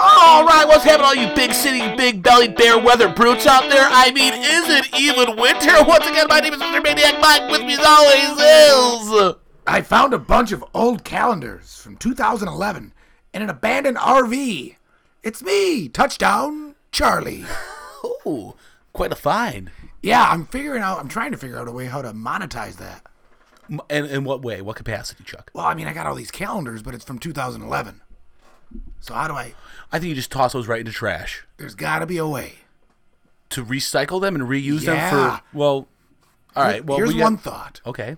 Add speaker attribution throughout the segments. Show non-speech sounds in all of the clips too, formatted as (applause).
Speaker 1: All right, what's happening, all you big city, big belly bear weather brutes out there? I mean, is it even winter? (laughs) Once again, my name is Mr. Maniac Mike. With me as always is.
Speaker 2: I found a bunch of old calendars from 2011 in an abandoned RV. It's me, Touchdown Charlie.
Speaker 1: Oh, quite a find.
Speaker 2: Yeah, I'm figuring out, I'm trying to figure out a way how to monetize that.
Speaker 1: M- And in what way? What capacity, Chuck?
Speaker 2: Well, I mean, I got all these calendars, but it's from 2011. So how do I?
Speaker 1: I think you just toss those right into trash
Speaker 2: There's got to be a way.
Speaker 1: to recycle them and reuse them
Speaker 2: Yeah.
Speaker 1: for. Well, all right. Well,
Speaker 2: Here's
Speaker 1: we got-
Speaker 2: one thought.
Speaker 1: Okay.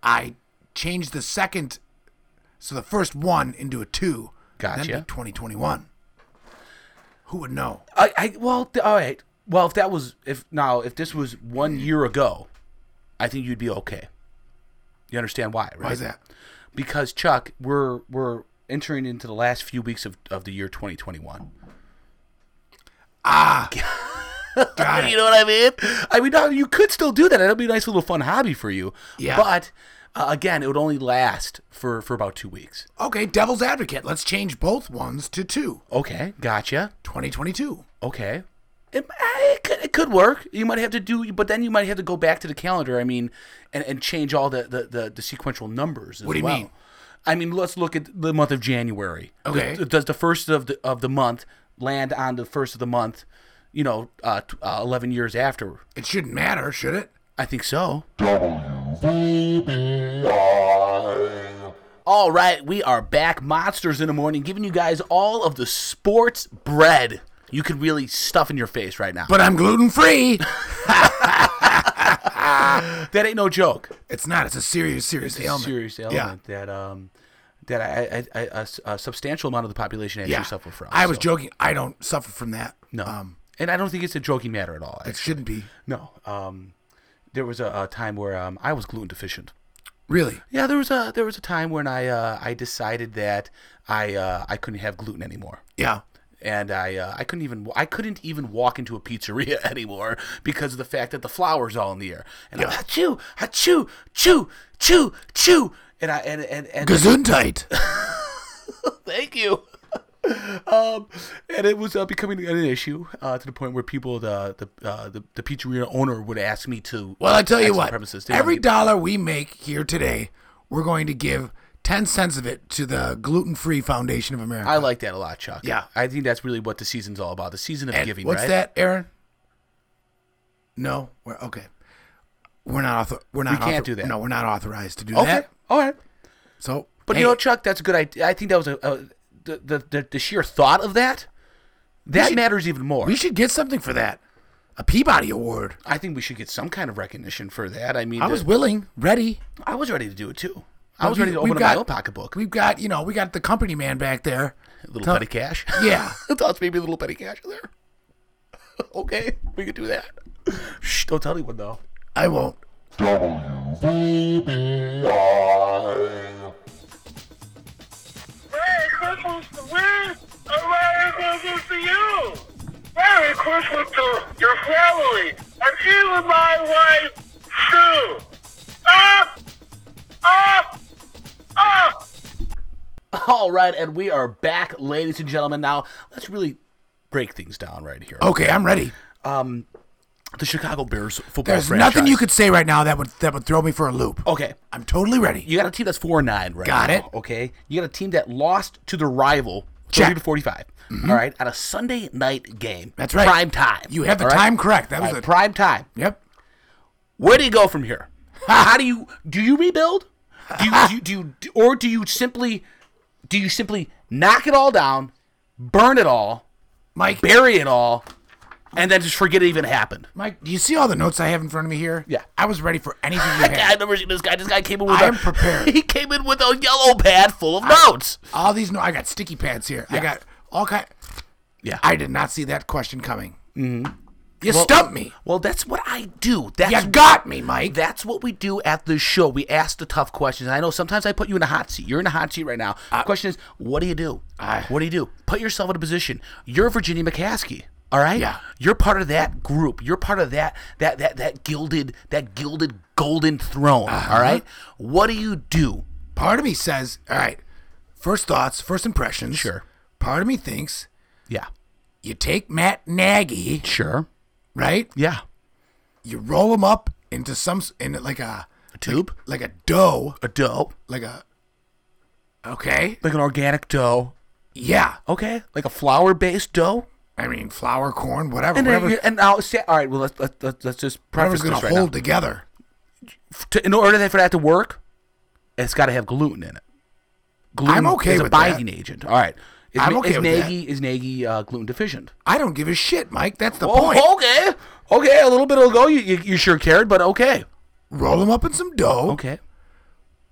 Speaker 2: I changed the second, so the first one into a two.
Speaker 1: Gotcha.
Speaker 2: Then be 2021. Who would know?
Speaker 1: I, I well, th- all right. Well, if that was if now if this was one year ago, I think you'd be okay. You understand why, right?
Speaker 2: Why
Speaker 1: (laughs)
Speaker 2: is that?
Speaker 1: Because Chuck, we're we're entering into the last few weeks of, of the year 2021.
Speaker 2: Ah, Got
Speaker 1: You
Speaker 2: it.
Speaker 1: know what I mean? I mean, now you could still do that. That'll be a nice little fun hobby for you.
Speaker 2: Yeah.
Speaker 1: But uh, again, it would only last for for about two weeks.
Speaker 2: Okay, devil's advocate. Let's change both ones to two.
Speaker 1: Okay, gotcha.
Speaker 2: 2022.
Speaker 1: Okay. It, eh, it, could, it could work. You might have to do, but then you might have to go back to the calendar. I mean, and, and change all the, the, the, the sequential numbers. As
Speaker 2: What do you
Speaker 1: well.
Speaker 2: mean?
Speaker 1: I mean, let's look at the month of January.
Speaker 2: Okay.
Speaker 1: Does, does the first of the of the month land on the first of the month? You know, uh, t- uh, eleven years after.
Speaker 2: It shouldn't matter, should it?
Speaker 1: I think so.
Speaker 3: WBI.
Speaker 1: All right, we are back, monsters in the morning, giving you guys all of the sports bread you could really stuff in your face right now.
Speaker 2: But I'm
Speaker 1: (laughs)
Speaker 2: gluten free.
Speaker 1: that ain't no joke.
Speaker 2: it's not. It's a serious, serious ailment.
Speaker 1: serious ailment that um that I, I, I, a s- a substantial amount of the population actually
Speaker 2: Yeah. yeah.
Speaker 1: suffer from.
Speaker 2: I was
Speaker 1: so,
Speaker 2: joking. I don't suffer from that.
Speaker 1: no,
Speaker 2: Um,
Speaker 1: and I don't think it's a joking matter at all.
Speaker 2: it shouldn't be.
Speaker 1: no, um, there was a, a time where um, I was gluten deficient.
Speaker 2: Really?
Speaker 1: Yeah, there was a there was a time when I uh, I decided that I uh, I couldn't have gluten anymore.
Speaker 2: Yeah.
Speaker 1: And I, uh, I couldn't even I couldn't even walk into a pizzeria (laughs) anymore because of the fact that the flour's all in the air. And I'm chew, chew, chew, chew, chew, and I and and, and (laughs)
Speaker 2: Gesundheit.
Speaker 1: Thank you. (laughs) um, and it was uh, becoming an issue uh, to the point where people, the the, uh, the the pizzeria owner would ask me to.
Speaker 2: Well, I tell you
Speaker 1: exit the
Speaker 2: what.
Speaker 1: premises. They
Speaker 2: Every
Speaker 1: wanted
Speaker 2: dollar we make here today, we're going to give ten cents of it to the Gluten Free Foundation of America.
Speaker 1: me- I like that a lot, Chuck.
Speaker 2: Yeah.
Speaker 1: I think that's really what the season's all about. The season of
Speaker 2: And
Speaker 1: giving.
Speaker 2: what's
Speaker 1: right?
Speaker 2: that, Aaron? No, we're okay. We're not. Author- we're not.
Speaker 1: We can't
Speaker 2: author-
Speaker 1: do that.
Speaker 2: No, we're not authorized to do
Speaker 1: Okay.
Speaker 2: that.
Speaker 1: All right.
Speaker 2: So,
Speaker 1: But
Speaker 2: hey,
Speaker 1: you know, Chuck, that's a good idea. I think that was a, a the, the the the sheer thought of that. That
Speaker 2: should-
Speaker 1: matters even more.
Speaker 2: we should get something for that. A Peabody Award.
Speaker 1: I think we should get some kind of recognition for that. I mean,
Speaker 2: I
Speaker 1: the-
Speaker 2: was willing, ready.
Speaker 1: I was ready to do it too. I
Speaker 2: Well,
Speaker 1: was
Speaker 2: we-
Speaker 1: ready to
Speaker 2: we've
Speaker 1: open up
Speaker 2: got-
Speaker 1: my own pocketbook.
Speaker 2: We've got, you know, we got the company man back
Speaker 1: (laughs)
Speaker 2: there.
Speaker 1: little
Speaker 2: Tell-
Speaker 1: petty cash.
Speaker 2: (laughs) Yeah.
Speaker 1: (laughs) Thoughts maybe a little petty cash in there. (laughs) okay, we could do that. Shh, don't tell anyone though. (laughs)
Speaker 2: I won't.
Speaker 3: WBI.
Speaker 4: Merry Christmas to we and Merry Christmas to you. Merry Christmas to your family and even my wife, Sue. Up, up, up.
Speaker 1: All right, and we are back, ladies and gentlemen. Now let's really break things down right here.
Speaker 2: Okay, I'm ready.
Speaker 1: The Chicago Bears football
Speaker 2: There's
Speaker 1: franchise.
Speaker 2: nothing you could say right now that would that would throw me for a loop.
Speaker 1: Okay,
Speaker 2: I'm totally ready.
Speaker 1: you got a team that's four and nine right
Speaker 2: Got
Speaker 1: now,
Speaker 2: it.
Speaker 1: Okay, you got a team that lost to the rival.
Speaker 2: Check.
Speaker 1: 30
Speaker 2: Mm-hmm.
Speaker 1: to 45. all right. On a Sunday night game.
Speaker 2: That's right.
Speaker 1: Prime time.
Speaker 2: You have the
Speaker 1: all right?
Speaker 2: time correct. That
Speaker 1: All
Speaker 2: was
Speaker 1: right,
Speaker 2: a
Speaker 1: prime time.
Speaker 2: Yep.
Speaker 1: Where do you go from
Speaker 2: (laughs)
Speaker 1: here? How do you do you rebuild? Do you, do you, do
Speaker 2: (laughs)
Speaker 1: you or do you simply do you simply knock it all down, burn it all,
Speaker 2: Mike,
Speaker 1: bury it all, and then just forget it even happened?
Speaker 2: Mike, do you see all the notes I have in front of me here?
Speaker 1: Yeah.
Speaker 2: I was ready for anything
Speaker 1: (laughs)
Speaker 2: you
Speaker 1: I
Speaker 2: had.
Speaker 1: never seen this guy. This guy came in with
Speaker 2: I
Speaker 1: a-
Speaker 2: am prepared.
Speaker 1: (laughs) He came in with a yellow pad full of notes.
Speaker 2: All these no I got sticky pads here. I got all kind
Speaker 1: Yeah.
Speaker 2: I did not see that question coming. Mm-hmm. You stumped me.
Speaker 1: Well, that's what I do. That's
Speaker 2: You got me, Mike.
Speaker 1: That's what we do at the show. We ask the tough questions. And I know sometimes I put you in a hot seat. You're in a hot seat right now. the question is, what do you do?
Speaker 2: I-
Speaker 1: what do you do? Put yourself in a position. You're Virginia McCaskey. All right.
Speaker 2: Yeah.
Speaker 1: You're part of that group. You're part of that that that that gilded that gilded golden throne. all right. What do you do?
Speaker 2: Part of me says, all right, first thoughts, first impressions.
Speaker 1: Sure.
Speaker 2: Part of me thinks
Speaker 1: Yeah.
Speaker 2: You take Matt Nagy,
Speaker 1: Sure.
Speaker 2: right?
Speaker 1: Yeah.
Speaker 2: You roll him up into some s- in like a
Speaker 1: A tube?
Speaker 2: like a dough,
Speaker 1: A dough.
Speaker 2: like a okay,
Speaker 1: Like an organic dough.
Speaker 2: yeah.
Speaker 1: Okay. Like a flour based dough.
Speaker 2: I mean flour, corn, whatever,
Speaker 1: And then
Speaker 2: whatever,
Speaker 1: you- and I'll say, all right. Well, let's let's let's, let's just preface
Speaker 2: whatever's gonna
Speaker 1: this right
Speaker 2: hold
Speaker 1: now.
Speaker 2: together.
Speaker 1: F- To, in order that for that to work, it's got to have gluten in it. Gluten
Speaker 2: I'm okay
Speaker 1: is a
Speaker 2: with that.
Speaker 1: binding agent. All right. Is,
Speaker 2: I'm
Speaker 1: Ma-
Speaker 2: okay
Speaker 1: is
Speaker 2: with
Speaker 1: Nagy is Nagy uh, gluten deficient?
Speaker 2: I don't give a shit, Mike. That's the point.
Speaker 1: Oh, okay. Okay. A little bit ago, you, you you sure cared, but okay.
Speaker 2: Roll him up in some dough.
Speaker 1: Okay.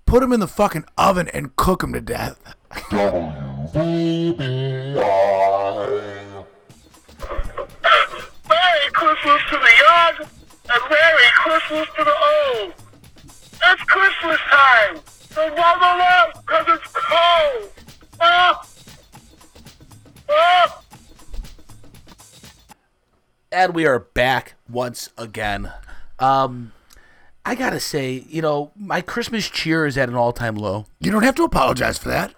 Speaker 2: Put him in the fucking oven and cook him to death.
Speaker 3: WBBI.
Speaker 4: Merry Christmas to the young and Merry Christmas to the old. It's Christmas time. So bundle up because it's cold. Up. Up.
Speaker 1: And we are back once again. Um, I gotta say, you know, my Christmas cheer is at an all-time low.
Speaker 2: You don't have to apologize for that.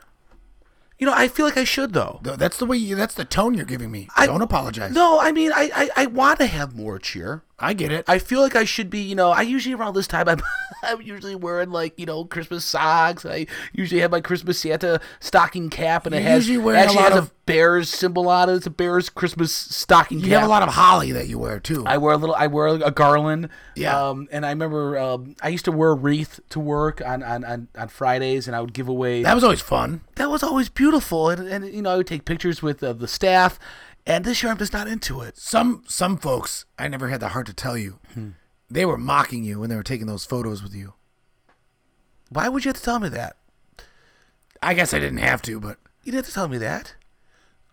Speaker 1: You know, I feel like I should though.
Speaker 2: Th- That's the way. You, that's the tone you're giving me.
Speaker 1: I-
Speaker 2: don't apologize.
Speaker 1: No, I mean, I I, I want to have more cheer.
Speaker 2: I get it.
Speaker 1: I feel like I should be, you know, I usually around this time I'm (laughs) I'm usually wearing like, you know, Christmas socks. I usually have my Christmas Santa stocking cap and it
Speaker 2: You're
Speaker 1: has
Speaker 2: usually wearing a
Speaker 1: actually
Speaker 2: lot
Speaker 1: has
Speaker 2: of-
Speaker 1: a bears symbol on it. It's a bears Christmas stocking
Speaker 2: you
Speaker 1: cap.
Speaker 2: have a lot of holly that you wear too.
Speaker 1: I wear a little. I wear a garland.
Speaker 2: Yeah.
Speaker 1: Um, and I remember um, I used to wear a wreath to work on, on, on, on Fridays, and I would give away.
Speaker 2: that was always fun.
Speaker 1: that was always beautiful, and, and you know I would take pictures with uh, the staff. And this year I'm just not into it.
Speaker 2: Some some folks, I never had the heart to tell you,
Speaker 1: Hmm.
Speaker 2: they were mocking you when they were taking those photos with you.
Speaker 1: Why would you have to tell me that?
Speaker 2: I guess I didn't have to, but
Speaker 1: You didn't have to tell me that.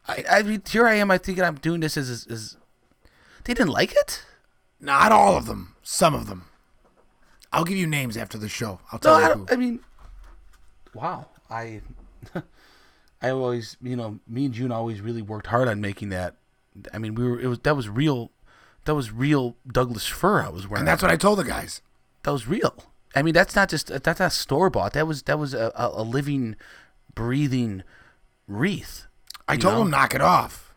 Speaker 1: I, I mean, here I am. I thinking I'm doing this as as- as. They didn't like it.
Speaker 2: not all of them. Some of them. I'll give you names after the show.
Speaker 1: No,
Speaker 2: I'll tell
Speaker 1: I,
Speaker 2: you
Speaker 1: don't,
Speaker 2: who.
Speaker 1: I mean, wow. I, (laughs) I always, you know, me and June always really worked hard on making that. I mean, we were. It was that was real. That was real Douglas fir I was wearing.
Speaker 2: And that's what I told the guys.
Speaker 1: that was real. I mean, that's not just that's not store bought. That was that was a, a, a living, breathing wreath.
Speaker 2: I told
Speaker 1: know?
Speaker 2: them knock it off.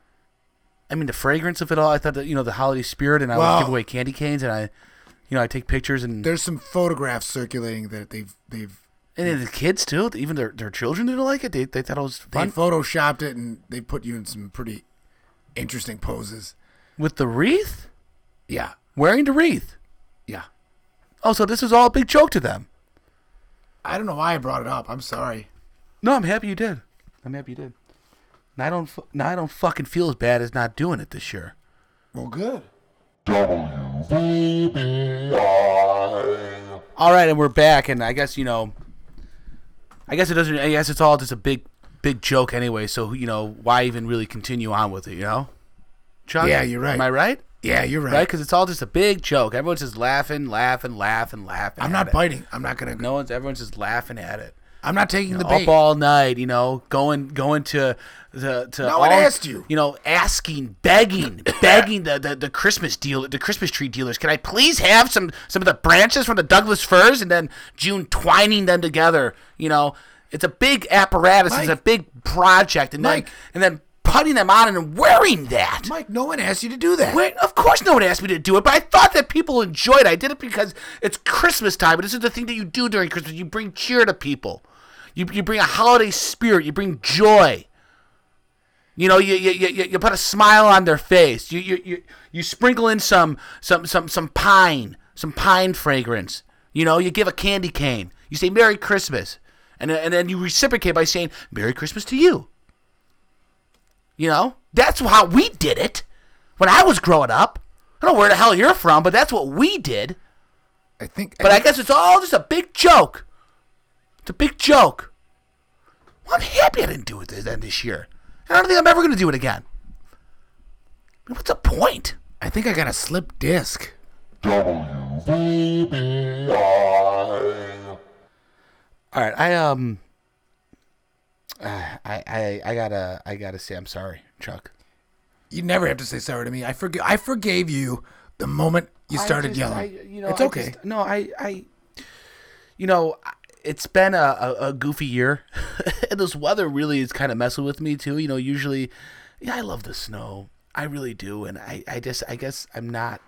Speaker 1: I mean, the fragrance of it all. I thought that you know the holiday spirit, and I
Speaker 2: Well-
Speaker 1: would give away candy canes, and I, you know, I take pictures, and
Speaker 2: There's some photographs circulating that they've they've
Speaker 1: and then the kids too. Even their their children didn't like it. They they thought it was
Speaker 2: they
Speaker 1: fun
Speaker 2: photoshopped it and they put you in some pretty interesting poses.
Speaker 1: with the wreath,
Speaker 2: Yeah,
Speaker 1: wearing the wreath.
Speaker 2: yeah.
Speaker 1: Oh, so this is all a big joke to them.
Speaker 2: I don't know why I brought it up. I'm sorry.
Speaker 1: No, I'm happy you did. I'm happy you did. And I don't fu- now I don't fucking feel as bad as not doing it this year.
Speaker 2: Well, good.
Speaker 3: WBBI.
Speaker 1: All right, and we're back, and I guess you know, I guess it doesn't. I guess it's all just a big big joke anyway. So you know, why even really continue on with it? You know, Chuck.
Speaker 2: Yeah, you're right.
Speaker 1: Am I right?
Speaker 2: Yeah, you're right.
Speaker 1: right? Because it's all just a big joke. Everyone's just laughing, laughing, laughing, laughing.
Speaker 2: I'm
Speaker 1: at
Speaker 2: not
Speaker 1: it.
Speaker 2: biting. I'm not gonna.
Speaker 1: uh, No one's. Everyone's just laughing at it.
Speaker 2: I'm not taking the
Speaker 1: Up
Speaker 2: bait.
Speaker 1: all night, you know, going going to the to.
Speaker 2: No one
Speaker 1: all-
Speaker 2: asked you.
Speaker 1: You know, asking, (coughs) begging, begging the, the the Christmas deal, the Christmas tree dealers. Can I please have some some of the branches from the Douglas firs, and then June twining them together? You know, it's a big apparatus. It's a
Speaker 2: Mike.
Speaker 1: big project, and
Speaker 2: Mike.
Speaker 1: then and then putting them on and wearing that.
Speaker 2: Mike, no one asked you to do that.
Speaker 1: Wait, of course no one asked me to do it, but I thought that people enjoyed it. I did it because it's Christmas time, and this is the thing that you do during Christmas. You bring cheer to people. You, you bring a holiday spirit. You bring joy. You know, you, you, you, you- you put a smile on their face. You, you, you, you sprinkle in some, some, some, some pine, some pine fragrance. You know, you give a candy cane. You say Merry Christmas. And, then- and then you reciprocate by saying Merry Christmas to you. You know, that's how we did it when I was growing up. I don't know where the hell you're from, but that's what we did.
Speaker 2: I think.
Speaker 1: But I
Speaker 2: think-
Speaker 1: guess it's all just a big joke. It's a big joke. Well, I'm happy I didn't do it this, then this year. I don't think I'm ever going to do it again. I mean, what's the point?
Speaker 2: I think I got a slip disc.
Speaker 3: WBBI.
Speaker 1: All right, I um, (sighs) I I I gotta I gotta say I'm sorry, Chuck.
Speaker 2: You never have to say sorry to me. I forg- I forgave you the moment you started yelling.
Speaker 1: you know,
Speaker 2: it's
Speaker 1: I
Speaker 2: okay.
Speaker 1: just- no, I, I, you know, I- it's been (laughs) a, a, a goofy year. and this weather really is kind of messing with me, too. You know, usually yeah, I love the snow. I really do, and I, I just, I guess I'm not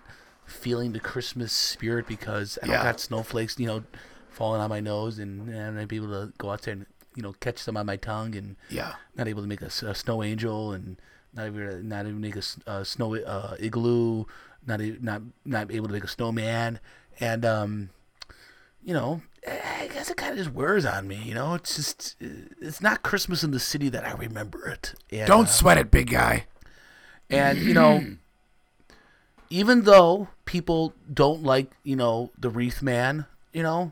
Speaker 1: feeling the Christmas spirit because I
Speaker 2: Yeah.
Speaker 1: don't got snowflakes, you know, falling on my nose, and, and I'd be able to go out there and you know catch them on my tongue, and
Speaker 2: Yeah.
Speaker 1: not able to make a, s- a snow angel, and not even not even make a s- a snow uh, igloo, not e- not not able to make a snowman, and um, you know, eh, I guess it kind of just wears on me. You know, it's just it's not Christmas in the city that I remember it. And,
Speaker 2: Don't
Speaker 1: uh,
Speaker 2: sweat it, big guy.
Speaker 1: and you know,
Speaker 2: (clears throat)
Speaker 1: even though people don't like you know the wreath man, you know,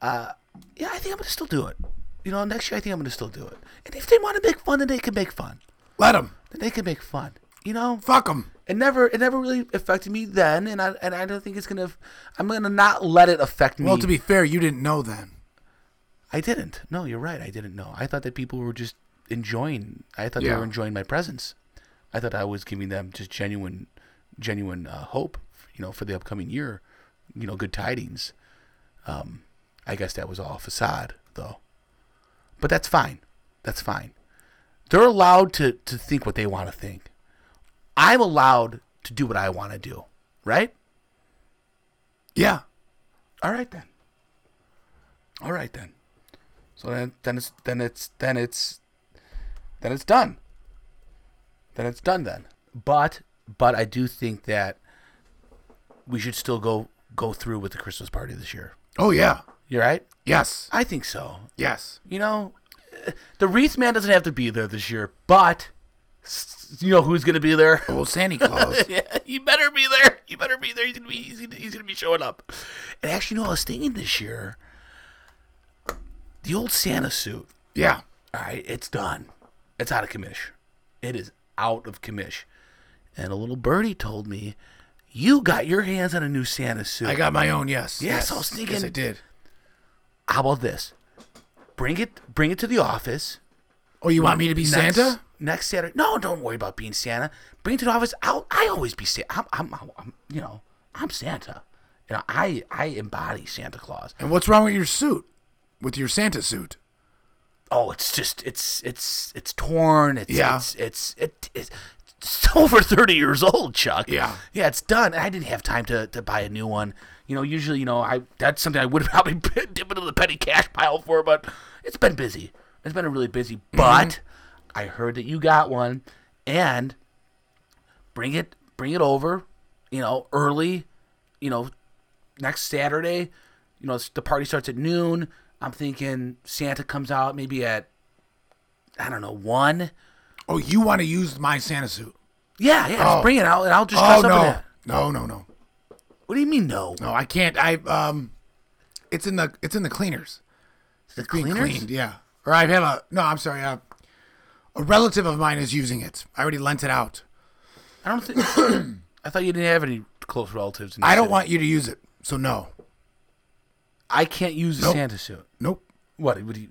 Speaker 1: uh, yeah, I think I'm gonna still do it. You know, next year I think I'm gonna still do it. And if they want to make fun, then they can make fun.
Speaker 2: Let him.
Speaker 1: Then they can make fun. You know,
Speaker 2: Fuck him.
Speaker 1: it never it never really affected me then, and I and I don't think it's gonna. I'm gonna not let it affect me.
Speaker 2: Well, to be fair, you didn't know then.
Speaker 1: I didn't. No, you're right. I didn't know. I thought that people were just enjoying. I thought
Speaker 2: Yeah.
Speaker 1: they were enjoying my presence. I thought I was giving them just genuine, genuine uh, hope. You know, for the upcoming year. You know, good tidings. Um, I guess that was all facade, though. But that's fine. That's fine. They're allowed to to think what they want to think. I'm allowed to do what I want to do. Right.
Speaker 2: Yeah.
Speaker 1: All right then. All right then. So then, then it's then it's then it's then it's done. Then it's done then. But but I do think that we should still go go through with the Christmas party this year.
Speaker 2: Oh yeah.
Speaker 1: You right?
Speaker 2: Yes.
Speaker 1: I think so.
Speaker 2: Yes.
Speaker 1: You know, eh, the wreath man doesn't have to be there this year, but s- you know who's gonna be there?
Speaker 2: Old Santa Claus.
Speaker 1: (laughs) yeah, you better be there. You better be there. He's gonna be he's gonna, he's gonna be showing up. And actually, you know, what I was thinking this year, the old Santa suit.
Speaker 2: yeah.
Speaker 1: All right, it's done. It's out of commish. It is out of commish. And a little birdie told me, you got your hands on a new Santa suit.
Speaker 2: I got my own. Yes.
Speaker 1: Yes, I was thinking-
Speaker 2: Yes, I did.
Speaker 1: How about this? Bring it, bring it to the office.
Speaker 2: Oh, you want me to be
Speaker 1: next-
Speaker 2: Santa?
Speaker 1: Next Saturday. No, don't worry about being Santa. Bring it to the office. I'll, I always be Santa. I'm, I'm, I'm, you know, I'm Santa. You know, I, I embody Santa Claus.
Speaker 2: And what's wrong with your suit? With your Santa suit?
Speaker 1: Oh, it's just, it's, it's, it's torn. It's,
Speaker 2: Yeah.
Speaker 1: it's, it's, it, it's, it's over 30 years old, Chuck.
Speaker 2: Yeah.
Speaker 1: Yeah, it's done. And I didn't have time to, to buy a new one. You know, usually, you know, I that's something I would (laughs) have probably been dipping into the petty cash pile for, but it's been busy. It's been a really busy.
Speaker 2: Mm-hmm.
Speaker 1: But I heard that you got one, and bring it bring it over, you know, early, you know, next Saturday. You know, it's- the party starts at noon. I'm thinking Santa comes out maybe at I don't know one.
Speaker 2: Oh, you want to use my Santa suit?
Speaker 1: Yeah, yeah.
Speaker 2: Oh.
Speaker 1: Just bring it out, and I'll just
Speaker 2: Oh
Speaker 1: dress up in
Speaker 2: no.
Speaker 1: it.
Speaker 2: No, no, no.
Speaker 1: What do you mean no?
Speaker 2: No, I can't. I um it's in the it's in the cleaners.
Speaker 1: The
Speaker 2: Being
Speaker 1: cleaners?
Speaker 2: cleaned, yeah. Or I have a no, I'm sorry, uh, a relative of mine is using it. I already lent it out.
Speaker 1: I don't think. (coughs) I thought you didn't have any close relatives. In the
Speaker 2: I don't
Speaker 1: city.
Speaker 2: want you to use it. So no.
Speaker 1: I can't use a
Speaker 2: Nope.
Speaker 1: Santa suit.
Speaker 2: Nope.
Speaker 1: What would you?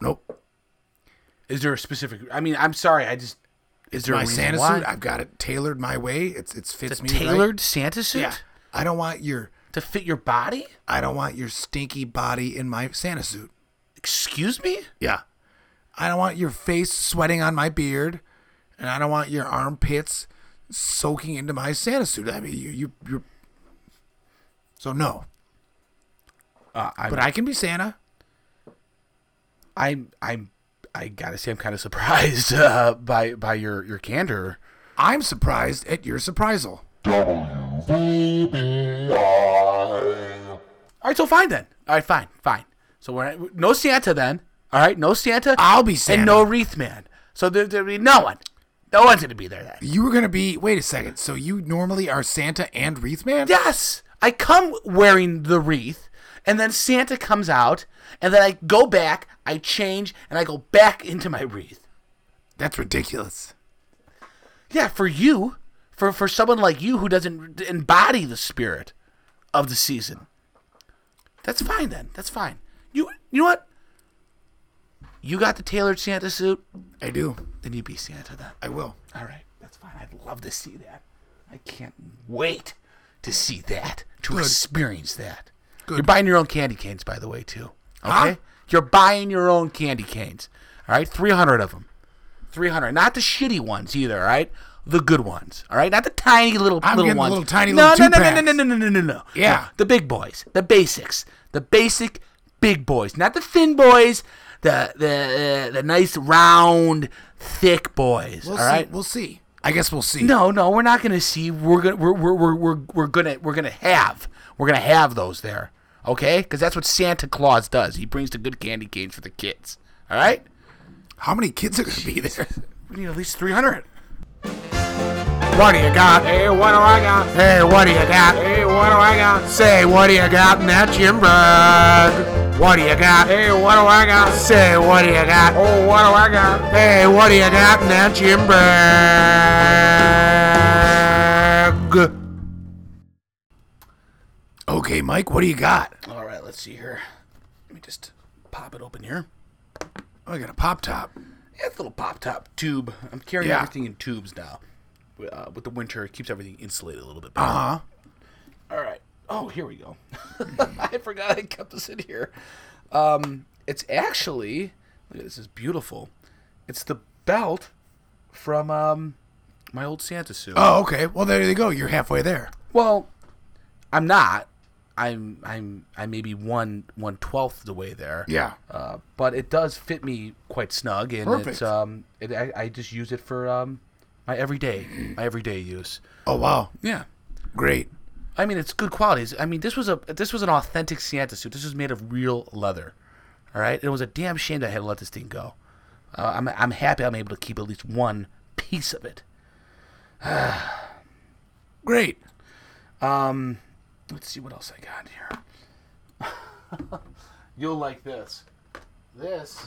Speaker 2: Nope.
Speaker 1: Is there a specific? I mean, I'm sorry. I just. Is there
Speaker 2: My
Speaker 1: a reason
Speaker 2: Santa
Speaker 1: why?
Speaker 2: suit, I've got it tailored my way. It's it's fits
Speaker 1: a
Speaker 2: me. right.
Speaker 1: tailored Santa suit
Speaker 2: Yeah. I don't want your
Speaker 1: to fit your body.
Speaker 2: I don't want your stinky body in my Santa suit.
Speaker 1: Excuse me.
Speaker 2: Yeah. I don't want your face sweating on my beard, and I don't want your armpits soaking into my Santa suit. I mean, you, you, you're. So no,
Speaker 1: Uh, I'm,
Speaker 2: but I can be Santa.
Speaker 1: I'm I'm I gotta say I'm kind of surprised (laughs) uh, by by your your candor.
Speaker 2: I'm surprised at your surprisal.
Speaker 3: WBI.
Speaker 1: All right, so fine then. All right, fine, fine. So we're no Santa then. All right, no Santa.
Speaker 2: I'll be Santa.
Speaker 1: and no wreath man. So there there'll be no one. No one's gonna be there then.
Speaker 2: you were gonna be. Wait a second. So you normally are Santa and Wreath Man?
Speaker 1: Yes, I come wearing the wreath, and then Santa comes out, and then I go back, I change, and I go back into my wreath.
Speaker 2: That's ridiculous.
Speaker 1: Yeah, for you, for for someone like you who doesn't embody the spirit of the season. That's fine then. That's fine. You you know what? You got the tailored Santa suit,
Speaker 2: I do.
Speaker 1: then you be Santa then.
Speaker 2: I will.
Speaker 1: All right, that's fine. I'd love to see that. I can't wait to see that, to experience that. You're buying your own candy canes, by the way, too. Okay,
Speaker 2: Huh?
Speaker 1: you're buying your own candy canes. All right, three hundred of them. 300. Not the shitty ones either, all right? The good ones, all right? Not the tiny little
Speaker 2: I'm
Speaker 1: little
Speaker 2: getting the
Speaker 1: ones.
Speaker 2: little tiny
Speaker 1: no,
Speaker 2: little
Speaker 1: no, no, no,
Speaker 2: two-packs.
Speaker 1: no, no, no, no, no, no, no.
Speaker 2: Yeah.
Speaker 1: No, the big boys, the basics, the basic big boys, not the thin boys, the the the nice round thick boys,
Speaker 2: We'll
Speaker 1: all
Speaker 2: see.
Speaker 1: right?
Speaker 2: We'll see. I guess we'll see.
Speaker 1: No, no, we're not gonna see. We're gonna we're we're we're we're, we're gonna we're gonna have we're gonna have those there, okay? Because that's what Santa Claus does. He brings the good candy canes for the kids. All right,
Speaker 2: How many kids are going to be (laughs) there?
Speaker 1: we need at least three hundred.
Speaker 2: What do you got? Hey, what do I got? Hey, what do you got? Hey, what do I got? Say, what do you got in that gym bag? What do you got? Hey, what do I got? Say, what do you got? Oh, what do I got? Hey, what do you got in that gym bag? Okay, Mike, what do you got?
Speaker 1: All right, let's see here. Let me just pop it open here.
Speaker 2: Oh, I got a pop top.
Speaker 1: Yeah, it's a little pop top tube. I'm carrying
Speaker 2: Yeah.
Speaker 1: everything in tubes now. Uh, with the winter, it keeps everything insulated a little bit.
Speaker 2: Uh
Speaker 1: better.
Speaker 2: huh.
Speaker 1: All right. Oh, here we go. (laughs) I forgot I kept this in here. Um, it's actually look at this is beautiful. It's the belt from um, my old Santa suit.
Speaker 2: Oh, okay. Well, there you go. You're halfway there.
Speaker 1: Well, I'm not. I'm I'm I may be one one twelfth the way there.
Speaker 2: Yeah.
Speaker 1: Uh, but it does fit me quite snug, and it's
Speaker 2: Perfect.
Speaker 1: um, it, I, I just use it for um, my everyday my everyday use.
Speaker 2: Oh, wow.
Speaker 1: Yeah.
Speaker 2: Great.
Speaker 1: I mean, it's good qualities. I mean, this was a this was an authentic Santa suit. This was made of real leather. All right, it was a damn shame that I had to let this thing go. Uh, I'm I'm happy I'm able to keep at least one piece of it.
Speaker 2: Great.
Speaker 1: Um, let's see what else I got here. (laughs) You'll like this. This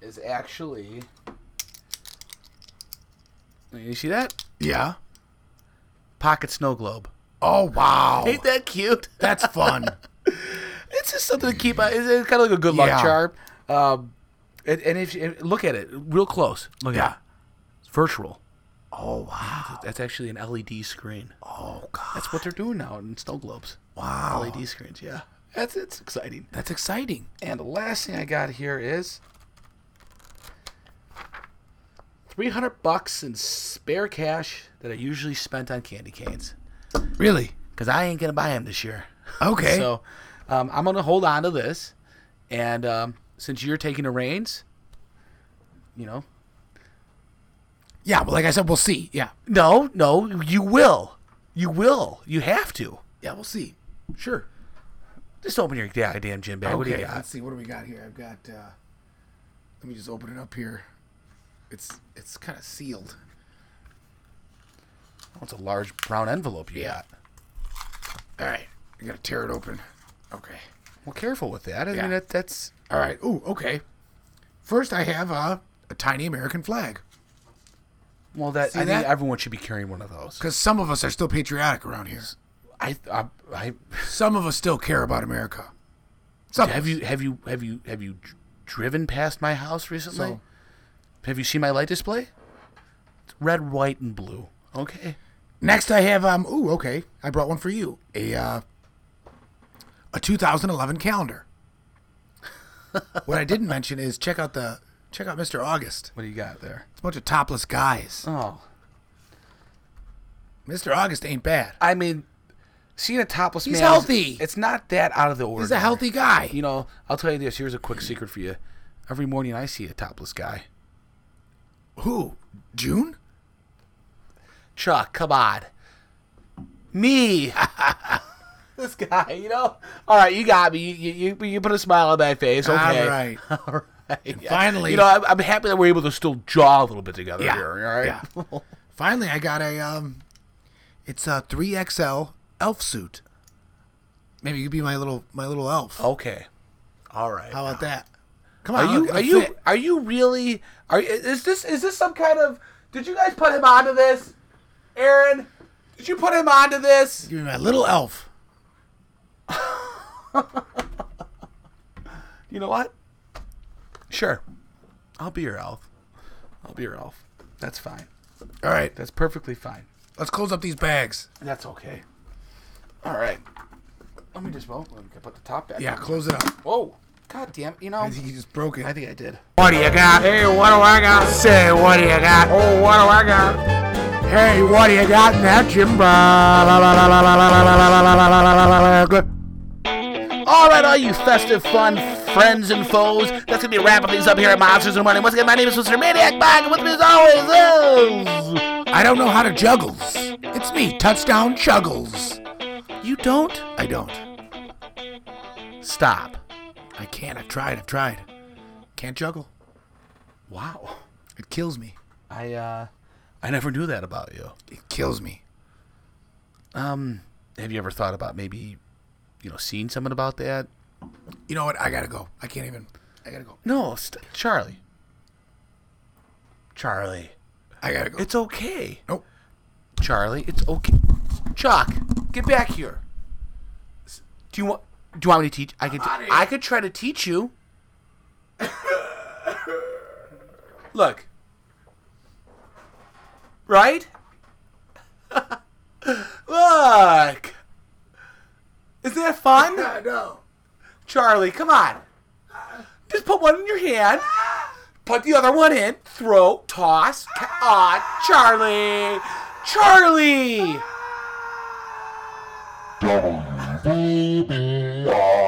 Speaker 1: is actually. You see that
Speaker 2: Yeah.
Speaker 1: pocket snow globe?
Speaker 2: Oh, wow.
Speaker 1: Ain't that
Speaker 2: (laughs)
Speaker 1: cute?
Speaker 2: That's fun.
Speaker 1: it's just something to keep. uh, It's, it's kind of like a good luck
Speaker 2: Yeah.
Speaker 1: charm. Um, and, and if you, look at it real close, look at
Speaker 2: yeah.
Speaker 1: it. It's virtual.
Speaker 2: Oh wow.
Speaker 1: That's actually an LED screen.
Speaker 2: Oh god.
Speaker 1: That's what they're doing now in snow globes.
Speaker 2: Wow.
Speaker 1: LED screens, yeah. That's it's exciting.
Speaker 2: That's exciting.
Speaker 1: And the last thing I got here is three hundred bucks in spare cash that I usually spent on candy canes
Speaker 2: Really?
Speaker 1: because I ain't gonna buy them this year.
Speaker 2: Okay.
Speaker 1: So um, I'm going to hold on to this. And um, since you're taking the reins, you know,
Speaker 2: yeah, but like I said, we'll see. Yeah.
Speaker 1: no, no, you will. You will. You have to.
Speaker 2: Yeah, we'll see. Sure.
Speaker 1: Just open your da- damn gym bag. What do you
Speaker 2: Okay.
Speaker 1: got?
Speaker 2: Let's see. What do we got here? I've got. uh Let me just open it up here. It's it's kind of sealed.
Speaker 1: Oh, it's a large brown envelope you got.
Speaker 2: All right. I gotta tear it open. Okay.
Speaker 1: Well, careful with that. I
Speaker 2: Yeah.
Speaker 1: mean, that, that's.
Speaker 2: All right. Ooh. Okay. First, I have uh, a tiny American flag
Speaker 1: Well, that
Speaker 2: See
Speaker 1: I
Speaker 2: that?
Speaker 1: think everyone should be carrying one of those.
Speaker 2: because some of us are still patriotic around here.
Speaker 1: I, I, I
Speaker 2: Some of us still care about America. Some.
Speaker 1: have you, have you, have you, have you dr- driven past my house recently?
Speaker 2: So-
Speaker 1: Have you seen my light display? It's red, white, and blue. Okay.
Speaker 2: Next, I have um. Ooh, okay. I brought one for you. A uh, a 2011
Speaker 1: (laughs)
Speaker 2: calendar. what I didn't mention is check out the check out Mr. August.
Speaker 1: What do you got there?
Speaker 2: It's a bunch of topless guys.
Speaker 1: Oh,
Speaker 2: Mr. August ain't bad.
Speaker 1: I mean, seeing a topless
Speaker 2: He's
Speaker 1: man. is-
Speaker 2: healthy.
Speaker 1: it's not that out of the ordinary.
Speaker 2: He's a healthy guy.
Speaker 1: You know, I'll tell you this. Here's a quick secret for you. Every morning I see a topless guy.
Speaker 2: Who? June?
Speaker 1: Chuck, come on. Me. (laughs) this guy, you know. All right, you got me. You you, you, you put a smile on my face. Okay.
Speaker 2: All right.
Speaker 1: (laughs) All right. Yeah.
Speaker 2: finally-
Speaker 1: you know, I'm, I'm happy that we're able to still jaw a little bit together
Speaker 2: Yeah.
Speaker 1: here. All right. Yeah.
Speaker 2: Finally, I got a um. It's a 3XL elf suit. Maybe you could be my little my little
Speaker 1: (laughs)
Speaker 2: elf.
Speaker 1: okay. All right.
Speaker 2: How about that? Come on.
Speaker 1: Are you
Speaker 2: it'll
Speaker 1: are you
Speaker 2: fit.
Speaker 1: are you really are is this is this some kind of did you guys put him onto this? Aaron, did you put him onto this?
Speaker 2: Give me my little elf.
Speaker 1: You know what? Sure. I'll be your elf. I'll be your elf. That's fine.
Speaker 2: All right.
Speaker 1: That's perfectly fine.
Speaker 2: Let's close up these bags.
Speaker 1: That's okay. All right. Let me just well, let me put the top back.
Speaker 2: Yeah, close it up.
Speaker 1: Whoa. God damn, you know.
Speaker 5: I think he just broke it.
Speaker 1: I think I did.
Speaker 2: What do you got? Hey, what do I got? Say, what do you got? Oh, what do I got? Hey, what do you got in that Jimbo?
Speaker 1: All right, all you festive fun friends and foes. That's gonna be wrapping things up here at Monsters in the Morning. Once again, my name is Mr. Maniac Bog, and with me as always is.
Speaker 5: I don't know how to juggles. It's me, touchdown chuggles.
Speaker 1: You don't?
Speaker 5: I don't.
Speaker 1: Stop.
Speaker 5: I can't. I've tried. I've tried. Can't juggle.
Speaker 1: Wow.
Speaker 5: It kills me.
Speaker 1: I uh, I never knew that about you.
Speaker 5: It kills me.
Speaker 1: Um, have you ever thought about maybe, you know, seeing someone about that?
Speaker 5: You know what? I gotta go. I can't even. I gotta go.
Speaker 1: No, st- Charlie. Charlie,
Speaker 5: I gotta go.
Speaker 1: it's okay.
Speaker 5: Nope.
Speaker 1: Charlie, it's okay. Chuck, get back here. S- Do you want? Do you want me to teach? I could.
Speaker 5: outta here.
Speaker 1: I could try to teach you. Look. Right. (laughs) Look. Is that fun?
Speaker 5: (laughs) I know.
Speaker 1: Charlie, come on. Just put one in your hand. Put the other one in. Throw, toss. ca- Aw, Charlie. Charlie.
Speaker 3: WBBR.